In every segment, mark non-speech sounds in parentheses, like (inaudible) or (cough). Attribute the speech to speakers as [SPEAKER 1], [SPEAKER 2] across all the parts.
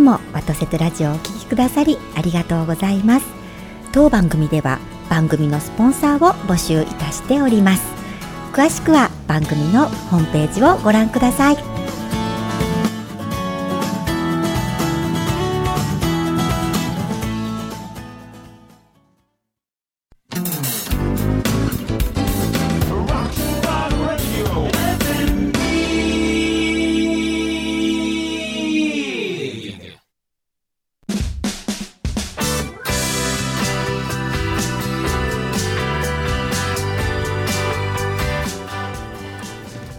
[SPEAKER 1] もワトセトラジオをお聞きくださりありがとうございます当番組では番組のスポンサーを募集いたしております詳しくは番組のホームページをご覧ください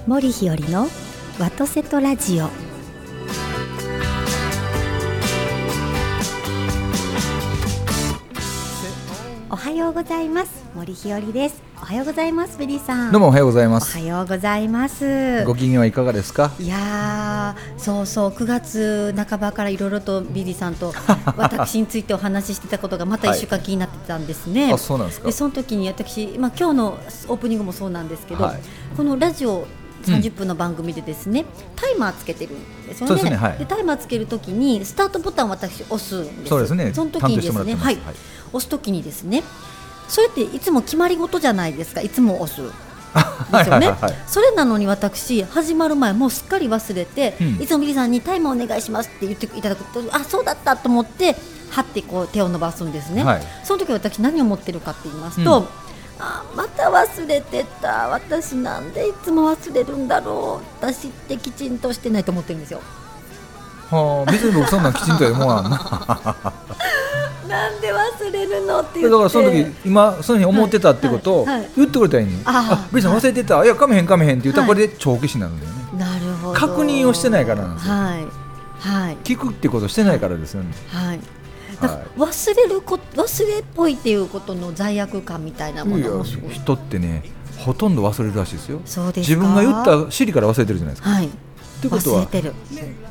[SPEAKER 1] 森日和のワトセトラジオおはようございます森日和ですおはようございますベリーさん
[SPEAKER 2] どうもおはようござい
[SPEAKER 1] お
[SPEAKER 2] ま
[SPEAKER 1] は
[SPEAKER 2] す。
[SPEAKER 1] ようございます
[SPEAKER 2] ご機嫌はいかがですか。
[SPEAKER 1] いやーそうそう9月半ばからいろいろとビリーさ
[SPEAKER 2] (laughs)
[SPEAKER 1] んと私についてお話ししてたことがまた1週間気になってたんですね。
[SPEAKER 2] あ、そうなんですか
[SPEAKER 1] で。その時に私、まあ、今日のオープニングもそうなんですけど、
[SPEAKER 2] はい
[SPEAKER 1] このラジオ30分の番組でですね、タイマーつけてるんですよね
[SPEAKER 2] そうですねはい
[SPEAKER 1] でタイマーつけるときにスタートボタンを私押すんです
[SPEAKER 2] そうですね。
[SPEAKER 1] その時にです
[SPEAKER 2] 担当
[SPEAKER 1] ね
[SPEAKER 2] しても
[SPEAKER 1] は
[SPEAKER 2] らっ
[SPEAKER 1] い
[SPEAKER 2] てます。
[SPEAKER 1] 押すときにですねそれっていつも決まり事じゃないですかいつも押す
[SPEAKER 2] は
[SPEAKER 1] で
[SPEAKER 2] い
[SPEAKER 1] すよね
[SPEAKER 2] はいはいはい。
[SPEAKER 1] それなのに私始まる前もうすっかり忘れて、
[SPEAKER 2] うん
[SPEAKER 1] いつもビリーさんにタイマーお願いしますって言っていただくとあそうだったと思ってはってこう手を伸ばすんですね、
[SPEAKER 2] はい
[SPEAKER 1] その時私何を持ってるかって言いますと、
[SPEAKER 2] うん
[SPEAKER 1] あまた忘れてた私なんでいつも忘れるんだろう私ってきちんとしてないと思ってるんですよ
[SPEAKER 2] はあ、別に僕そんなんきちんとやるもんはな。
[SPEAKER 1] (laughs) なんで忘れるのって言って
[SPEAKER 2] だからその時今その日思ってたってことを
[SPEAKER 1] はいはい
[SPEAKER 2] 言ってくれたらいいのに。
[SPEAKER 1] あー
[SPEAKER 2] あ、ベリさん忘れてた。いやかめへんかめへんって言ったら
[SPEAKER 1] は
[SPEAKER 2] こ
[SPEAKER 1] い
[SPEAKER 2] れで長期視なんだよね。
[SPEAKER 1] なるほど
[SPEAKER 2] 確認をしてないからなんですよ
[SPEAKER 1] はいはい
[SPEAKER 2] 聞くってことしてないからですよね。
[SPEAKER 1] はい。だから
[SPEAKER 2] は
[SPEAKER 1] 忘れるこ忘れっぽいっていうことの罪悪感みたいなも
[SPEAKER 2] い。い
[SPEAKER 1] のもすご
[SPEAKER 2] や
[SPEAKER 1] い。
[SPEAKER 2] 人ってねほとんど忘れるらしいですよ。
[SPEAKER 1] そうです
[SPEAKER 2] 自
[SPEAKER 1] か。
[SPEAKER 2] 分が言った尻から忘れてるじゃないですか。
[SPEAKER 1] はい。
[SPEAKER 2] ってこと
[SPEAKER 1] 忘れ
[SPEAKER 2] は、
[SPEAKER 1] てる。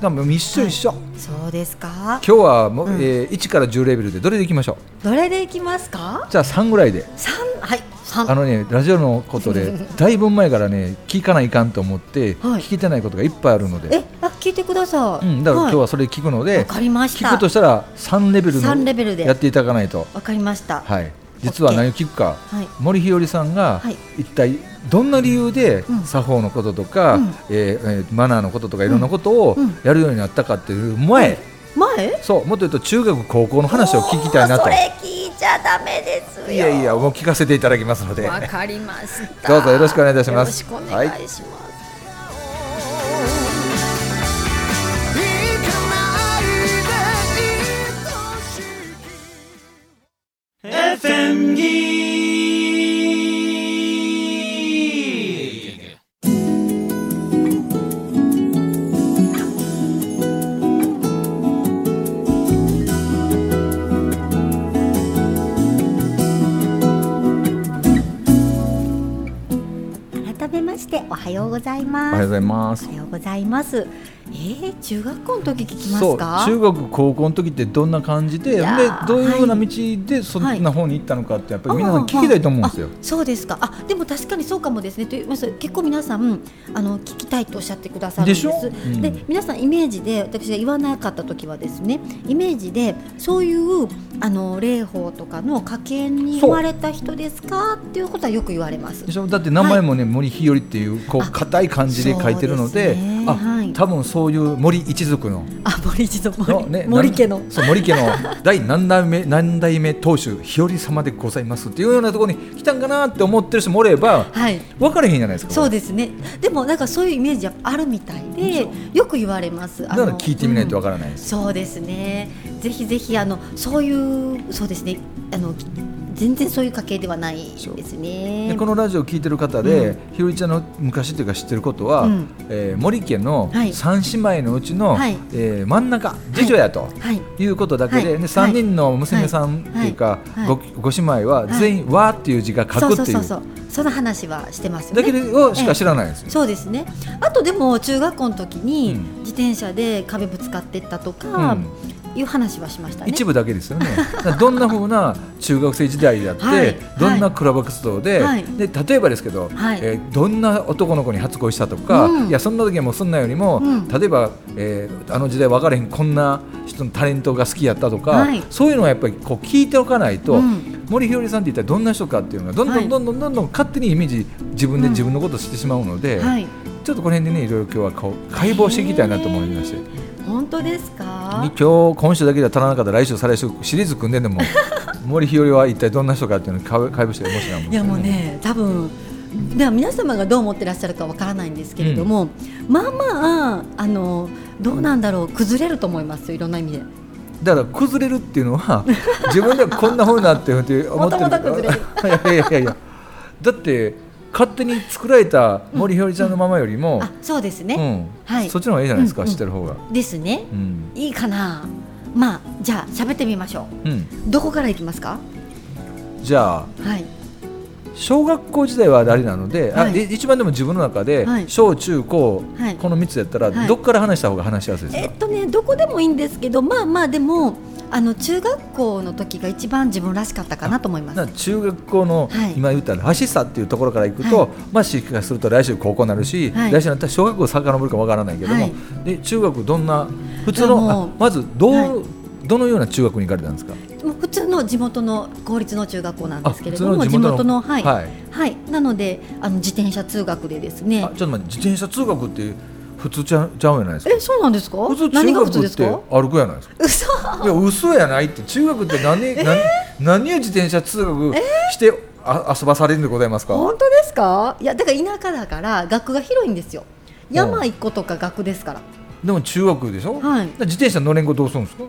[SPEAKER 2] 多分一緒一緒。
[SPEAKER 1] そうですか。
[SPEAKER 2] 今日はもう、
[SPEAKER 1] うん
[SPEAKER 2] えー1から10レベルでどれでいきましょう
[SPEAKER 1] どれでいきますか。
[SPEAKER 2] じゃあ3ぐらいで
[SPEAKER 1] 三はい三
[SPEAKER 2] あのね、ラジオのこと
[SPEAKER 1] (laughs)
[SPEAKER 2] で、だいぶ前からね、聞かないかんと思って、
[SPEAKER 1] はい
[SPEAKER 2] 聞けてないことがいっぱいあるので、
[SPEAKER 1] えあ聞いてくださ
[SPEAKER 2] う
[SPEAKER 1] い。
[SPEAKER 2] ん、だから今日
[SPEAKER 1] い
[SPEAKER 2] はそれ聞くので、
[SPEAKER 1] わかりまし
[SPEAKER 2] 聞
[SPEAKER 1] た
[SPEAKER 2] くと。したら3レベル
[SPEAKER 1] 三レベルで
[SPEAKER 2] のやっていただかないと、
[SPEAKER 1] わかりました。は
[SPEAKER 2] は
[SPEAKER 1] い。
[SPEAKER 2] い、実は何を聞くか、森日和さんが
[SPEAKER 1] はい
[SPEAKER 2] 一体どんな理由で
[SPEAKER 1] うん
[SPEAKER 2] 作法のこととか、
[SPEAKER 1] うん
[SPEAKER 2] えーえーマナーのこととか、いろんなことを
[SPEAKER 1] うん
[SPEAKER 2] やるようになったかっていう前、
[SPEAKER 1] 前。
[SPEAKER 2] そう、もっと言うと中学、高校の話を聞きたいな
[SPEAKER 1] おーそ
[SPEAKER 2] と。
[SPEAKER 1] れ聞いちゃダメですよ。
[SPEAKER 2] いやいや、もう聞かせていただきますので。
[SPEAKER 1] わかりました。
[SPEAKER 2] どうぞよろしくお願いいたします
[SPEAKER 1] よろしくお願いします。改めましておはようござい
[SPEAKER 2] お
[SPEAKER 1] ます。
[SPEAKER 2] はようございます
[SPEAKER 1] お。はようございます。えー、中学校の時聞きますか。
[SPEAKER 2] そう中学高校の時ってどんな感じで
[SPEAKER 1] い
[SPEAKER 2] で
[SPEAKER 1] やー
[SPEAKER 2] どういうような道でそんな方に行ったのかってやっぱり皆さん聞きたいと思うんですよ
[SPEAKER 1] あ。そうですか。あ、でも確かにそうかもですね。と言いますと結構皆さんあの聞きたいとおっしゃってくださるんです。
[SPEAKER 2] でしょうん
[SPEAKER 1] で皆さんイメージで私が言わなかった時はですね、イメージでそういうあの霊法とかの家系に生まれた人ですかっていうことはよく言われます
[SPEAKER 2] で。しょだって名前もね、森日和っていうこう
[SPEAKER 1] あ
[SPEAKER 2] 硬い漢字で書いてるので
[SPEAKER 1] そうですね
[SPEAKER 2] あ、
[SPEAKER 1] はい
[SPEAKER 2] 多分そういう森一族の
[SPEAKER 1] あ、森一族
[SPEAKER 2] の
[SPEAKER 1] 森,、森家の
[SPEAKER 2] なん。そう森家
[SPEAKER 1] (laughs)
[SPEAKER 2] の第何代目何代目当主日和様でございますっていうようなところに来たんかなって思ってる人もおれば
[SPEAKER 1] はい。
[SPEAKER 2] 分かれへんじゃないですか。
[SPEAKER 1] そう
[SPEAKER 2] で
[SPEAKER 1] ですね。でもなんかそういうイメージはあるみたいで、よく言われます。あ
[SPEAKER 2] だ
[SPEAKER 1] の
[SPEAKER 2] から聞いてみないと分からないです。
[SPEAKER 1] そうですね。ぜひぜひあのそういうそうですね。あの全然そういう家系ではないですね。
[SPEAKER 2] でこのラジオを聞いてる方で、
[SPEAKER 1] う
[SPEAKER 2] ひろりちゃんの昔というか知ってることは、
[SPEAKER 1] うん
[SPEAKER 2] えー森家の
[SPEAKER 1] はい
[SPEAKER 2] 三姉妹のうちの、
[SPEAKER 1] はい
[SPEAKER 2] えー真ん中次女やと。
[SPEAKER 1] はい。
[SPEAKER 2] いうことだけで、
[SPEAKER 1] はい
[SPEAKER 2] で3人の娘さんっていうか、
[SPEAKER 1] はいはい
[SPEAKER 2] ごご姉妹は全員「わ」っていう字が書
[SPEAKER 1] そう
[SPEAKER 2] く
[SPEAKER 1] そ
[SPEAKER 2] っ
[SPEAKER 1] う
[SPEAKER 2] てい
[SPEAKER 1] そう
[SPEAKER 2] う
[SPEAKER 1] そう。その話はしてますよ
[SPEAKER 2] だけ
[SPEAKER 1] ね。
[SPEAKER 2] をしか知らないんですよ。
[SPEAKER 1] そうですね。あとでも中学校の時に
[SPEAKER 2] うん
[SPEAKER 1] 自転車で壁ぶつかってったと
[SPEAKER 2] う
[SPEAKER 1] か、
[SPEAKER 2] ん
[SPEAKER 1] いう話はしましたね。
[SPEAKER 2] 一部だけですよね (laughs) だからどんなふうな中学生時代であって、
[SPEAKER 1] はい
[SPEAKER 2] どんなクラブ活動で,、
[SPEAKER 1] はい
[SPEAKER 2] で例えばですけど、
[SPEAKER 1] はい
[SPEAKER 2] えーどんな男の子に初恋したとか、
[SPEAKER 1] うん
[SPEAKER 2] いやそんな時はもうそんなよりも、
[SPEAKER 1] うん
[SPEAKER 2] 例えば、えーあの時代分からへんこんな人のタレントが好きやったとか、
[SPEAKER 1] はい
[SPEAKER 2] そういうのはやっぱりこう聞いておかないと、
[SPEAKER 1] うん
[SPEAKER 2] 森ひよりさんって一体どんな人かっていうのがどんど
[SPEAKER 1] はい
[SPEAKER 2] んどんどんどんどん勝手にイメージ自分で
[SPEAKER 1] うん
[SPEAKER 2] 自分のことをしてしまうので、
[SPEAKER 1] はい、
[SPEAKER 2] ちょっとこの辺でねいろいろ今日はこう解剖していきたいなと思いまして。
[SPEAKER 1] 本当ですか
[SPEAKER 2] に。今日今週だけでは足らなかったら来週再来週シリーズ組んででも森ひよりは一体どんな人かっていうのを解解剖して面白いない
[SPEAKER 1] やもうね、多分。では皆様がどう思ってらっしゃるかわからないんですけれども、まあまああのどうなんだろう崩れると思いますよいろんな意味で
[SPEAKER 2] だから崩れるっていうのは自分ではこんなふうになってるって思ってる
[SPEAKER 1] もともと崩れる
[SPEAKER 2] いやいやいやいやだって勝手に作られた森ひよりちゃんのままよりも
[SPEAKER 1] あ、そうです
[SPEAKER 2] うん
[SPEAKER 1] ね、はい
[SPEAKER 2] そっちの方がいいじゃないですか、
[SPEAKER 1] うんうん
[SPEAKER 2] 知ってる方が
[SPEAKER 1] ですね
[SPEAKER 2] うん、
[SPEAKER 1] いいかなまあじゃあ喋ってみましょ
[SPEAKER 2] うん、
[SPEAKER 1] うどこからいきますか
[SPEAKER 2] じゃあ
[SPEAKER 1] はい
[SPEAKER 2] 小学校時代はあれなので、あ
[SPEAKER 1] はい
[SPEAKER 2] い一番でも自分の中で、
[SPEAKER 1] はい
[SPEAKER 2] 小中高、
[SPEAKER 1] はい
[SPEAKER 2] この3つやったら、
[SPEAKER 1] はい
[SPEAKER 2] どっから話した方が話しやすいです
[SPEAKER 1] え
[SPEAKER 2] か
[SPEAKER 1] っ、とねどこでもいいんですけどまあまあでもあの中学校の時が一番自分らしかったかなと思います
[SPEAKER 2] な中学校の、
[SPEAKER 1] はい
[SPEAKER 2] 今言ったらしさっていうところからいくと、
[SPEAKER 1] はい
[SPEAKER 2] まあ私からすると来週高校になるし、
[SPEAKER 1] はい
[SPEAKER 2] 来週になったら小学校遡るかわからないけども、
[SPEAKER 1] はい
[SPEAKER 2] で中学どんな普通
[SPEAKER 1] いやも
[SPEAKER 2] の
[SPEAKER 1] う
[SPEAKER 2] あまずどう、
[SPEAKER 1] はい
[SPEAKER 2] どのような中学に行かれたんですか
[SPEAKER 1] もう普通の地元の公立の中学校なんですけれど
[SPEAKER 2] あ
[SPEAKER 1] も
[SPEAKER 2] 普
[SPEAKER 1] 地
[SPEAKER 2] 通
[SPEAKER 1] 元
[SPEAKER 2] の地
[SPEAKER 1] の
[SPEAKER 2] 元の
[SPEAKER 1] はい、はい
[SPEAKER 2] はい、
[SPEAKER 1] なのであの自転車通学でです
[SPEAKER 2] あち
[SPEAKER 1] ね
[SPEAKER 2] ょっと待って自転車通学って普通ちゃうちゃうんやないですか
[SPEAKER 1] えそうなんですか
[SPEAKER 2] 普通
[SPEAKER 1] 何
[SPEAKER 2] 中
[SPEAKER 1] が普通
[SPEAKER 2] 学
[SPEAKER 1] で
[SPEAKER 2] っ
[SPEAKER 1] す
[SPEAKER 2] て
[SPEAKER 1] か
[SPEAKER 2] 歩くやないですか
[SPEAKER 1] 嘘
[SPEAKER 2] いや嘘やないって中学って何,、何何を自転車通学して、あ遊ばされるんでございますか
[SPEAKER 1] 本当ですかいやだから田舎だから学区が広いんですよ
[SPEAKER 2] ん
[SPEAKER 1] 山一個とか学区ですから
[SPEAKER 2] でも中学でしょ、
[SPEAKER 1] はい
[SPEAKER 2] だから自転車乗れん子どうするんですか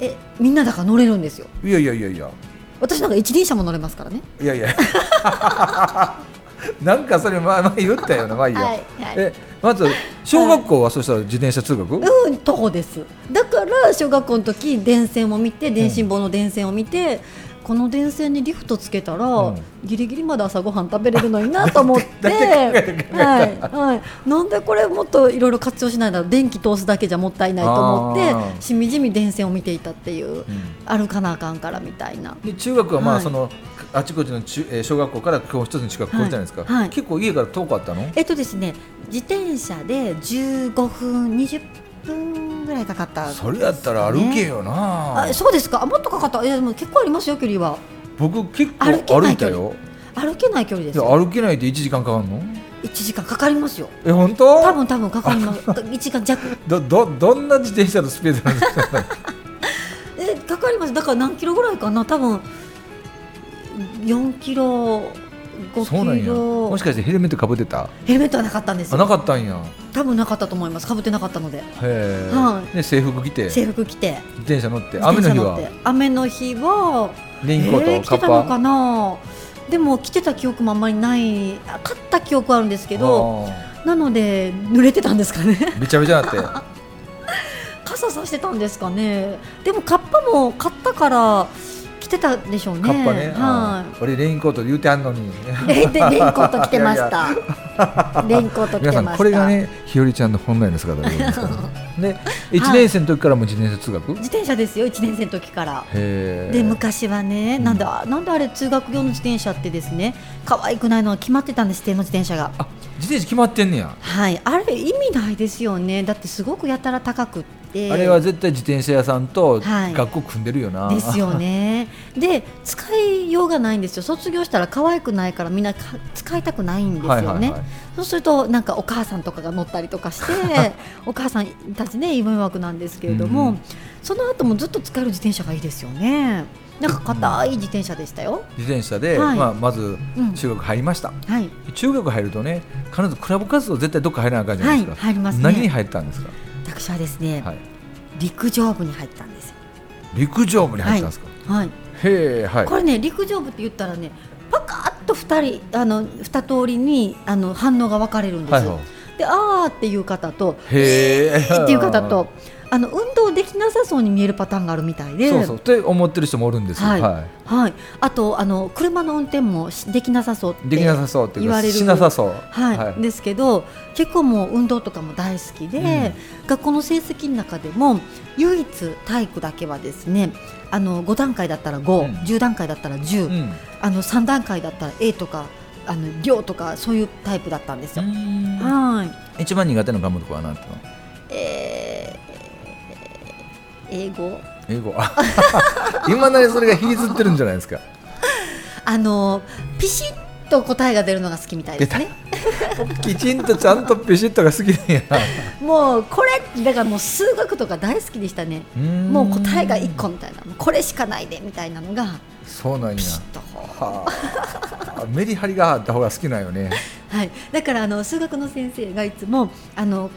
[SPEAKER 1] えみんなだから乗れるんですよ
[SPEAKER 2] いやいやいやいや
[SPEAKER 1] 私なんか一輪車も乗れますからね
[SPEAKER 2] いやい
[SPEAKER 1] (laughs)
[SPEAKER 2] や。なんかそれまあまあ言ったよなまあいいや。
[SPEAKER 1] はいはい
[SPEAKER 2] えまず小学校はそしたら自転車通学？
[SPEAKER 1] うん徒歩ですだから小学校の時電線を見て電信棒の電線を見て、この電線にリフトつけたら、
[SPEAKER 2] うん
[SPEAKER 1] ギリギリまで朝ごはん食べれるのになと思って
[SPEAKER 2] (laughs) だってだって考えて考えた
[SPEAKER 1] はいはい、なんでこれもっといろいろ活用しないだろう電気通すだけじゃもったいないと思
[SPEAKER 2] あ
[SPEAKER 1] っ
[SPEAKER 2] ー
[SPEAKER 1] てしみじみ電線を見ていたっていう、
[SPEAKER 2] ん
[SPEAKER 1] 歩かなあかんからみたいな。
[SPEAKER 2] で中学はま
[SPEAKER 1] は
[SPEAKER 2] あ
[SPEAKER 1] い
[SPEAKER 2] その、あちこちの中えー小学校から今日一つの近く来るじゃないですか、
[SPEAKER 1] はいはい
[SPEAKER 2] 結構家から遠かったの？
[SPEAKER 1] えっとですね自転車で15分20分ぐらいかかった
[SPEAKER 2] それやったら歩けよな。
[SPEAKER 1] あそうですかあもっとかかったいやでも結構ありますよ距離は
[SPEAKER 2] 僕結
[SPEAKER 1] 歩け
[SPEAKER 2] 構
[SPEAKER 1] な
[SPEAKER 2] 歩
[SPEAKER 1] い
[SPEAKER 2] い
[SPEAKER 1] 距
[SPEAKER 2] た
[SPEAKER 1] 離
[SPEAKER 2] よ。
[SPEAKER 1] 歩けない距離で
[SPEAKER 2] い
[SPEAKER 1] す
[SPEAKER 2] や
[SPEAKER 1] よ
[SPEAKER 2] 歩けないで一時間かかるの？
[SPEAKER 1] 一時間かかりますよ
[SPEAKER 2] え本当？
[SPEAKER 1] 多分多分かかります (laughs) 一時間弱
[SPEAKER 2] どどどんな自転車のスペースなん
[SPEAKER 1] (laughs)
[SPEAKER 2] ですか？
[SPEAKER 1] えかかりますだから何キロぐらいかな多分4キロ
[SPEAKER 2] そうなん
[SPEAKER 1] 5キ
[SPEAKER 2] や。
[SPEAKER 1] ロ
[SPEAKER 2] もしかしてヘルメットかぶってた？
[SPEAKER 1] ヘルメットはなかったんです
[SPEAKER 2] あな
[SPEAKER 1] よ
[SPEAKER 2] かったんや。
[SPEAKER 1] 多分なかったと思いますかぶってなかったので
[SPEAKER 2] へえ。
[SPEAKER 1] は
[SPEAKER 2] で制服着て。
[SPEAKER 1] 制服着て
[SPEAKER 2] 自転車乗って
[SPEAKER 1] 自
[SPEAKER 2] 雨の
[SPEAKER 1] 転車
[SPEAKER 2] 日
[SPEAKER 1] 乗っ
[SPEAKER 2] は
[SPEAKER 1] て雨の日は
[SPEAKER 2] レインコー
[SPEAKER 1] えー
[SPEAKER 2] ト
[SPEAKER 1] 着
[SPEAKER 2] カッ
[SPEAKER 1] てたの
[SPEAKER 2] パ
[SPEAKER 1] かなでも着てた記憶もあんまりないあ買った記憶はあるんですけど
[SPEAKER 2] あ
[SPEAKER 1] なので濡れてたんですかね
[SPEAKER 2] ーめちゃめちゃなってあ
[SPEAKER 1] 傘さしてたんですかねでもカッパも買ったから着てたでしょうね
[SPEAKER 2] カッパね、あ
[SPEAKER 1] は
[SPEAKER 2] ー俺レインコート言うてあんのに
[SPEAKER 1] い (laughs) レイでレインコート着てましたレインコート着
[SPEAKER 2] (laughs) 皆
[SPEAKER 1] てました
[SPEAKER 2] さんこれがね日和ちゃんの本来の姿でございます
[SPEAKER 1] (laughs)
[SPEAKER 2] からねで1年生の時からもう自転車通学、へ
[SPEAKER 1] 自転車ですよ1年生の時から
[SPEAKER 2] え
[SPEAKER 1] で昔はね、
[SPEAKER 2] うん
[SPEAKER 1] なんであなんであれ通学用の自転車ってですね可愛くないのは決まってたんです指定の自転車が
[SPEAKER 2] あ自転車決まってんねや、
[SPEAKER 1] はい、あれ意味ないですよね。だってすごくやたら高くって。
[SPEAKER 2] あれは絶対自転車屋さんと
[SPEAKER 1] はい
[SPEAKER 2] 学校組んでるよな、
[SPEAKER 1] ですよね。で、使いようがないんですよ。卒業したら可愛くないからみんなか使いたくないんですよ
[SPEAKER 2] は
[SPEAKER 1] ね。
[SPEAKER 2] いはいはい
[SPEAKER 1] そうするとなんかお母さんとかが乗ったりとかして
[SPEAKER 2] (laughs)
[SPEAKER 1] お母さんたちね迷惑なんですけれども、
[SPEAKER 2] うん
[SPEAKER 1] その後もずっと使える自転車がいいですよね。なんか硬い自転車でしたよ。
[SPEAKER 2] 自転車で、
[SPEAKER 1] はい
[SPEAKER 2] まあ、まず
[SPEAKER 1] うん
[SPEAKER 2] 中学入りました、
[SPEAKER 1] はい。
[SPEAKER 2] 中学入るとね必ずクラブ活動絶対どっか入らなあかんじゃな
[SPEAKER 1] はいい、
[SPEAKER 2] ですか、
[SPEAKER 1] 入ります
[SPEAKER 2] 何に
[SPEAKER 1] ね。
[SPEAKER 2] 入ったんですか、
[SPEAKER 1] 私はですね、
[SPEAKER 2] はい、
[SPEAKER 1] 陸上部に入ったんですよ。
[SPEAKER 2] 陸上部に入ったんですか、
[SPEAKER 1] はい。
[SPEAKER 2] へえはい
[SPEAKER 1] これね陸上部って言ったらねパカッと2人あの二通りにあの反応が分かれるんですよ、
[SPEAKER 2] はいはい (laughs)
[SPEAKER 1] であーっていう方と
[SPEAKER 2] へえ
[SPEAKER 1] えーっていう方とあの運動できなさそうに見えるパターンがあるみたいで。
[SPEAKER 2] そうそうって思ってる人もおるんですよ、
[SPEAKER 1] はい
[SPEAKER 2] は
[SPEAKER 1] はい、あとあの車の運転もしできなさそうって
[SPEAKER 2] い、できなさそうっていう
[SPEAKER 1] 言わ
[SPEAKER 2] か
[SPEAKER 1] れる
[SPEAKER 2] しなさそう
[SPEAKER 1] はい
[SPEAKER 2] はい
[SPEAKER 1] ですけど結構もう運動とかも大好きで、学校の成績の中でも唯一体育だけはですねあの5段階だったら5、
[SPEAKER 2] うん
[SPEAKER 1] 10段階だったら10、
[SPEAKER 2] うん
[SPEAKER 1] あの3段階だったら A とかあの量とかそういうタイプだったんですよ。はい
[SPEAKER 2] 一番苦手な科目は何ていうの
[SPEAKER 1] えー英語
[SPEAKER 2] 英語 (laughs) 今なりそれが引きずってるんじゃないですか
[SPEAKER 1] あのピシッと答えが出るのが好きみたいですね。
[SPEAKER 2] (laughs) きちんとちゃんとピシッとが好きなんや
[SPEAKER 1] もうこれだからもう数学とか大好きでしたね。もう答えが1個みたいなもうこれしかないでみたいなのが
[SPEAKER 2] そうなんや
[SPEAKER 1] ピシッとこう
[SPEAKER 2] はあメリハリがあった方が好きなんよね
[SPEAKER 1] はい、だからあの数学の先生がいつもあの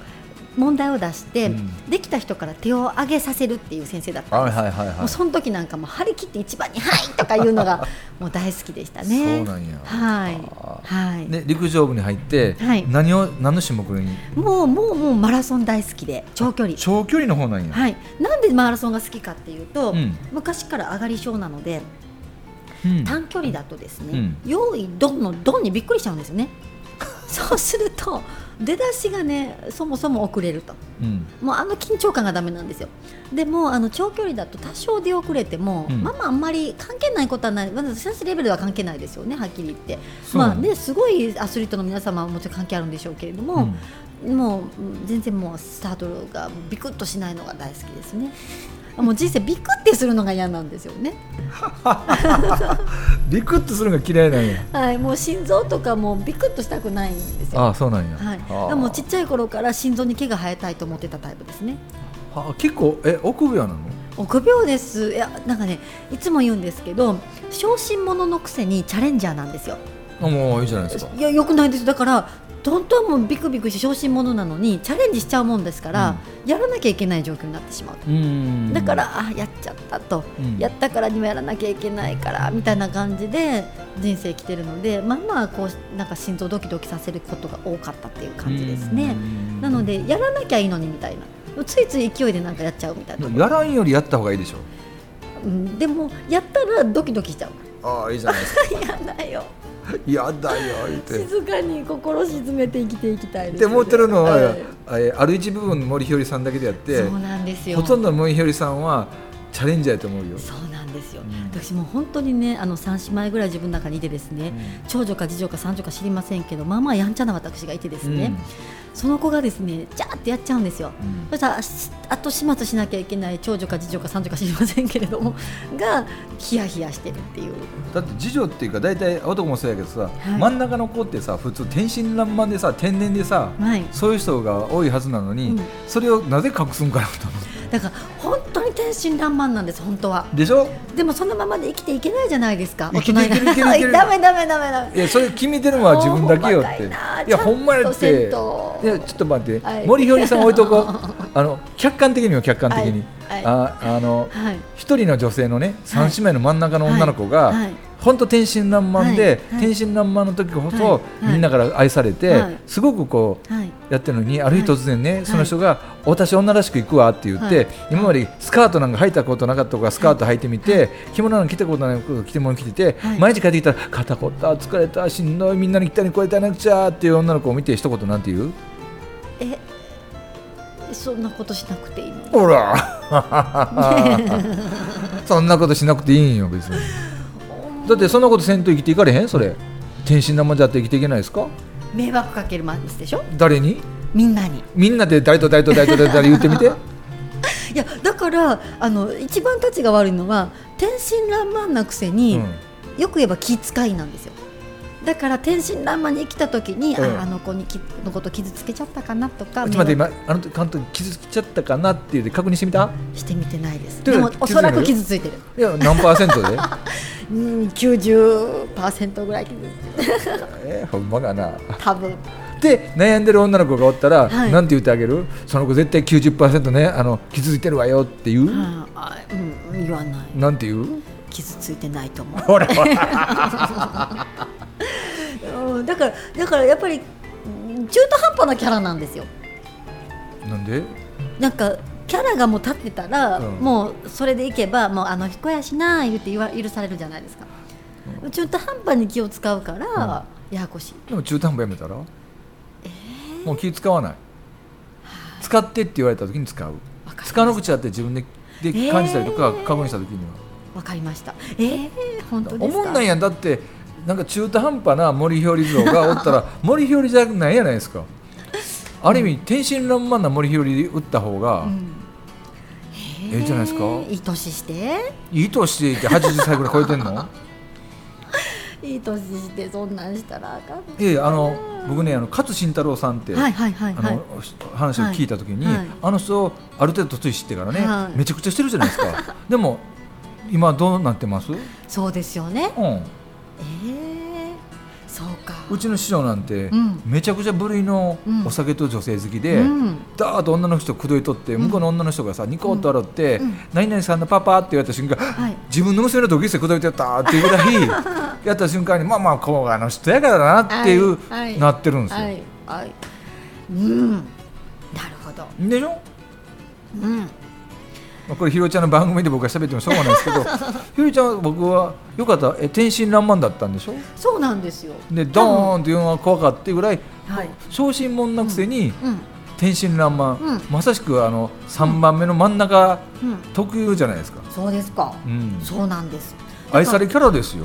[SPEAKER 1] 問題を出して、
[SPEAKER 2] うん
[SPEAKER 1] できた人から手を挙げさせるっていう先生だったん
[SPEAKER 2] は
[SPEAKER 1] で
[SPEAKER 2] い
[SPEAKER 1] す、
[SPEAKER 2] はいはいは
[SPEAKER 1] もう
[SPEAKER 2] い
[SPEAKER 1] その時なんかもう張り切って一番に「はい!」とか言う
[SPEAKER 2] (laughs)
[SPEAKER 1] のがもう大好きでしたね。
[SPEAKER 2] そうなんや
[SPEAKER 1] はい
[SPEAKER 2] はあ
[SPEAKER 1] はい、
[SPEAKER 2] で陸上部に入って、
[SPEAKER 1] はい
[SPEAKER 2] 何を何の種目に
[SPEAKER 1] もうもうもうマラソン大好きで長距離
[SPEAKER 2] 長距離の方なんや、
[SPEAKER 1] はい、なんでマラソンが好きかっていうと、
[SPEAKER 2] うん
[SPEAKER 1] 昔から上がり症なので
[SPEAKER 2] うん
[SPEAKER 1] 短距離だとですね、
[SPEAKER 2] うん
[SPEAKER 1] 用意ドンのドンにびっくりしちゃうんですよね (laughs) そうすると出だしがねそもそも遅れると
[SPEAKER 2] うん
[SPEAKER 1] もうあの緊張感がダメなんですよでもあの長距離だと多少出遅れても、
[SPEAKER 2] うん
[SPEAKER 1] まあまああんまり関係ないことはないまず私レベルでは関係ないですよねはっきり言って
[SPEAKER 2] そうな
[SPEAKER 1] ま
[SPEAKER 2] の
[SPEAKER 1] あねすごいアスリートの皆様はもちろん関係あるんでしょうけれど
[SPEAKER 2] う
[SPEAKER 1] も
[SPEAKER 2] ん、
[SPEAKER 1] もううん全然もうスタートがもうビクッとしないのが大好きですねもう人生ビクッてするのが嫌なんですよね
[SPEAKER 2] ビクッとするのが嫌いなんや
[SPEAKER 1] はいもう心臓とかもうビクッとしたくないんですよ
[SPEAKER 2] ああそうなんや、
[SPEAKER 1] はい、
[SPEAKER 2] はあ
[SPEAKER 1] でもちっちゃい頃から心臓に毛が生えたいと思ってたタイプですね
[SPEAKER 2] はあ結構え臆病なの
[SPEAKER 1] 臆病ですいやなんかねいつも言うんですけど小心者のくせにチャレンジャーなんですよ
[SPEAKER 2] あもういいじゃないですか
[SPEAKER 1] いやよくないですだから本当はもうビクビクして小心者なのにチャレンジしちゃうもんですから、やらなきゃいけない状況になってしまう
[SPEAKER 2] うん
[SPEAKER 1] だから、あやっちゃったと、
[SPEAKER 2] うん
[SPEAKER 1] やったからにもやらなきゃいけないからみたいな感じで人生来てるのでまあまあこうなんか心臓ドキドキさせることが多かったっていう感じです
[SPEAKER 2] う
[SPEAKER 1] ね
[SPEAKER 2] ん
[SPEAKER 1] なのでやらなきゃいいのにみたいなついつい勢いでなんかやっちゃうみたい
[SPEAKER 2] で
[SPEAKER 1] な、
[SPEAKER 2] もやらんよりやった方がいいでしょ
[SPEAKER 1] うん、でもやったらドキドキしちゃう
[SPEAKER 2] ああいいじゃないですか
[SPEAKER 1] やだよ
[SPEAKER 2] やだよ言って
[SPEAKER 1] 静かに心沈めて生きていきたい
[SPEAKER 2] って思ってるのは、
[SPEAKER 1] はい
[SPEAKER 2] えある一部分の森ひよりさんだけであって
[SPEAKER 1] そうなんですよ
[SPEAKER 2] ほとんどの森ひよりさんはチャレンジャーやと思うよ、
[SPEAKER 1] そうなんですよ、
[SPEAKER 2] うん
[SPEAKER 1] 私もう本当にねあの三姉妹ぐらい自分の中にいてですね、長女か次女か三女か知りませんけどまあまあやんちゃな私がいてです
[SPEAKER 2] うん
[SPEAKER 1] ね、その子がですねジャーってやっちゃうんですよ。そしたらし後始末しなきゃいけない長女か次女か三女か知りませんけれどもがヒヤヒヤしてるっていう
[SPEAKER 2] だって次女っていうか大体男もそうやけどさ、
[SPEAKER 1] はい
[SPEAKER 2] 真ん中の子ってさ普通天真爛漫でさ天然でさ、
[SPEAKER 1] はい
[SPEAKER 2] そういう人が多いはずなのに、
[SPEAKER 1] うん
[SPEAKER 2] それをなぜ隠すんかなと思っ
[SPEAKER 1] だから本当に天真爛漫なんです本当は
[SPEAKER 2] てでしょ
[SPEAKER 1] でもそのままで生きていけないじゃないですか
[SPEAKER 2] 生
[SPEAKER 1] 大
[SPEAKER 2] き
[SPEAKER 1] 人
[SPEAKER 2] てい
[SPEAKER 1] に
[SPEAKER 2] け
[SPEAKER 1] な
[SPEAKER 2] るいけるいける
[SPEAKER 1] (laughs) ダメダメダメダメ
[SPEAKER 2] いやそれ決めてるのは自分だけよって
[SPEAKER 1] もう細かいない
[SPEAKER 2] やほんまやってい
[SPEAKER 1] ちゃんとせんと
[SPEAKER 2] やちょっと待って、
[SPEAKER 1] はい
[SPEAKER 2] 森ひよりさん置いとこうあの客観的には客観的に、
[SPEAKER 1] はい
[SPEAKER 2] ああの
[SPEAKER 1] はい
[SPEAKER 2] 一人の女性のね三姉妹の真ん中の女の子が、
[SPEAKER 1] はい
[SPEAKER 2] 本当天真爛漫で、
[SPEAKER 1] はいはい
[SPEAKER 2] 天真爛漫の時こそ、
[SPEAKER 1] はいはい
[SPEAKER 2] みんなから愛されて、
[SPEAKER 1] はい
[SPEAKER 2] すごくこう
[SPEAKER 1] はい
[SPEAKER 2] やってるのにある日突然ね、その人が「私女らしく行くわ」って言って、
[SPEAKER 1] はい
[SPEAKER 2] 今までスカートなんか履いたことなかった子がスカート履いてみて、着物なんか着たことない子が着て物着てて、
[SPEAKER 1] はい
[SPEAKER 2] 毎日帰ってきたら「肩こった疲れたしんどいみんなに来たにこえたなくちゃ」っていう女の子を見て一言なんて言う
[SPEAKER 1] えそんなことしなくていいの
[SPEAKER 2] ほ
[SPEAKER 1] (laughs)
[SPEAKER 2] ら (laughs) そんなことしなくていいんよ別にだってそんなことせんと生きていかれへんそれ天真爛漫じゃって生きていけないですか
[SPEAKER 1] 迷惑かけるマですでしょ
[SPEAKER 2] 誰に
[SPEAKER 1] みんなに
[SPEAKER 2] みんなで誰と誰と誰と誰と誰言ってみて
[SPEAKER 1] いやだからあの一番たちが悪いのは天真爛漫なくせに、よく言えば気遣いなんですよだから天真爛漫に生きた時に、
[SPEAKER 2] うん
[SPEAKER 1] ああの子にきのこと傷つけちゃったかなとか
[SPEAKER 2] ちょっと待って
[SPEAKER 1] 迷惑
[SPEAKER 2] 今あの監督傷つきちゃったかなって言って確認してみた
[SPEAKER 1] してみてないです
[SPEAKER 2] どう
[SPEAKER 1] で
[SPEAKER 2] いう
[SPEAKER 1] もおそらく傷
[SPEAKER 2] 傷
[SPEAKER 1] ついてる
[SPEAKER 2] いや何パーセントで
[SPEAKER 1] うん90%ぐらい傷つ
[SPEAKER 2] (laughs)
[SPEAKER 1] いてる
[SPEAKER 2] えーほんまかな
[SPEAKER 1] 多分
[SPEAKER 2] で悩んでる女の子がおったら、
[SPEAKER 1] はい
[SPEAKER 2] なんて言ってあげるその子絶対90%ねあの傷ついてるわよっていう、
[SPEAKER 1] うんあうん言わない
[SPEAKER 2] なんて言う
[SPEAKER 1] 傷ついてないと思う
[SPEAKER 2] ほらほら
[SPEAKER 1] (laughs) うんだからだからやっぱりうん中途半端なキャラなんですよ
[SPEAKER 2] なんで
[SPEAKER 1] なんかキャラがもう立ってたら、
[SPEAKER 2] うん
[SPEAKER 1] もうそれでいけばもうあの彦やしな言って言わ許されるじゃないですか、中途半端に気を使うから、ややこしい
[SPEAKER 2] でも中途半端やめたら、もう気使わない使ってって言われた時に使う
[SPEAKER 1] わかりました
[SPEAKER 2] 使わなくちゃって自分でで
[SPEAKER 1] ー
[SPEAKER 2] 感じたりとか確認した時には、
[SPEAKER 1] わかりましたえー、本当ですか
[SPEAKER 2] 思んないやんだってなんか中途半端な森ひより像がおった
[SPEAKER 1] (laughs)
[SPEAKER 2] ら森ひよりじゃないやないですかある意味、天真爛漫な森ひより打った方が、
[SPEAKER 1] うん
[SPEAKER 2] ええじゃないですか
[SPEAKER 1] いい年して
[SPEAKER 2] いい年していて80歳ぐらい超えてん
[SPEAKER 1] (laughs)
[SPEAKER 2] の
[SPEAKER 1] いい年してそんなんしたらあかん
[SPEAKER 2] いやいやあの僕ねあの勝慎太郎さんって、
[SPEAKER 1] はいはいはい
[SPEAKER 2] あ
[SPEAKER 1] はい
[SPEAKER 2] の話を聞いた時に、
[SPEAKER 1] はいはい
[SPEAKER 2] あの人ある程度突い知ってからね、
[SPEAKER 1] はい
[SPEAKER 2] めちゃくちゃしてるじゃないです
[SPEAKER 1] (laughs)
[SPEAKER 2] かでも今どうなってます、うん、
[SPEAKER 1] そうですよねえー、そうか
[SPEAKER 2] うちの師匠なんて、
[SPEAKER 1] うん
[SPEAKER 2] めちゃくちゃ部類のお酒と女性好きで、
[SPEAKER 1] うん
[SPEAKER 2] ダーッと女の人口説いとって、向こうの女の人がさニコッと笑って、
[SPEAKER 1] うん
[SPEAKER 2] 何々さんのパパって言われた瞬
[SPEAKER 1] (laughs)
[SPEAKER 2] 間、
[SPEAKER 1] はい
[SPEAKER 2] 自分の娘の同級生口説いてたっていうぐら
[SPEAKER 1] (laughs)
[SPEAKER 2] いやった瞬間にまあまあこうあの人やからなっていう、
[SPEAKER 1] はいはい
[SPEAKER 2] なってるんですよ、
[SPEAKER 1] はいはいうんなるほど
[SPEAKER 2] でしょ
[SPEAKER 1] うん
[SPEAKER 2] まあこれひろちゃんの番組で僕が喋ってもしょうがないですけ
[SPEAKER 1] (laughs)
[SPEAKER 2] どひろちゃんは僕はよかったえ天真爛漫だったんでしょ
[SPEAKER 1] そうなんですよ
[SPEAKER 2] でドーンというのが怖かったっていうぐらい
[SPEAKER 1] はい
[SPEAKER 2] 小心者なくせに
[SPEAKER 1] うん
[SPEAKER 2] 天真爛漫、
[SPEAKER 1] うん
[SPEAKER 2] まさしくあの3番目の真ん中
[SPEAKER 1] うん
[SPEAKER 2] 特有じゃないですか、
[SPEAKER 1] そうですか
[SPEAKER 2] うん、
[SPEAKER 1] そうなんです
[SPEAKER 2] 愛されキャラですよ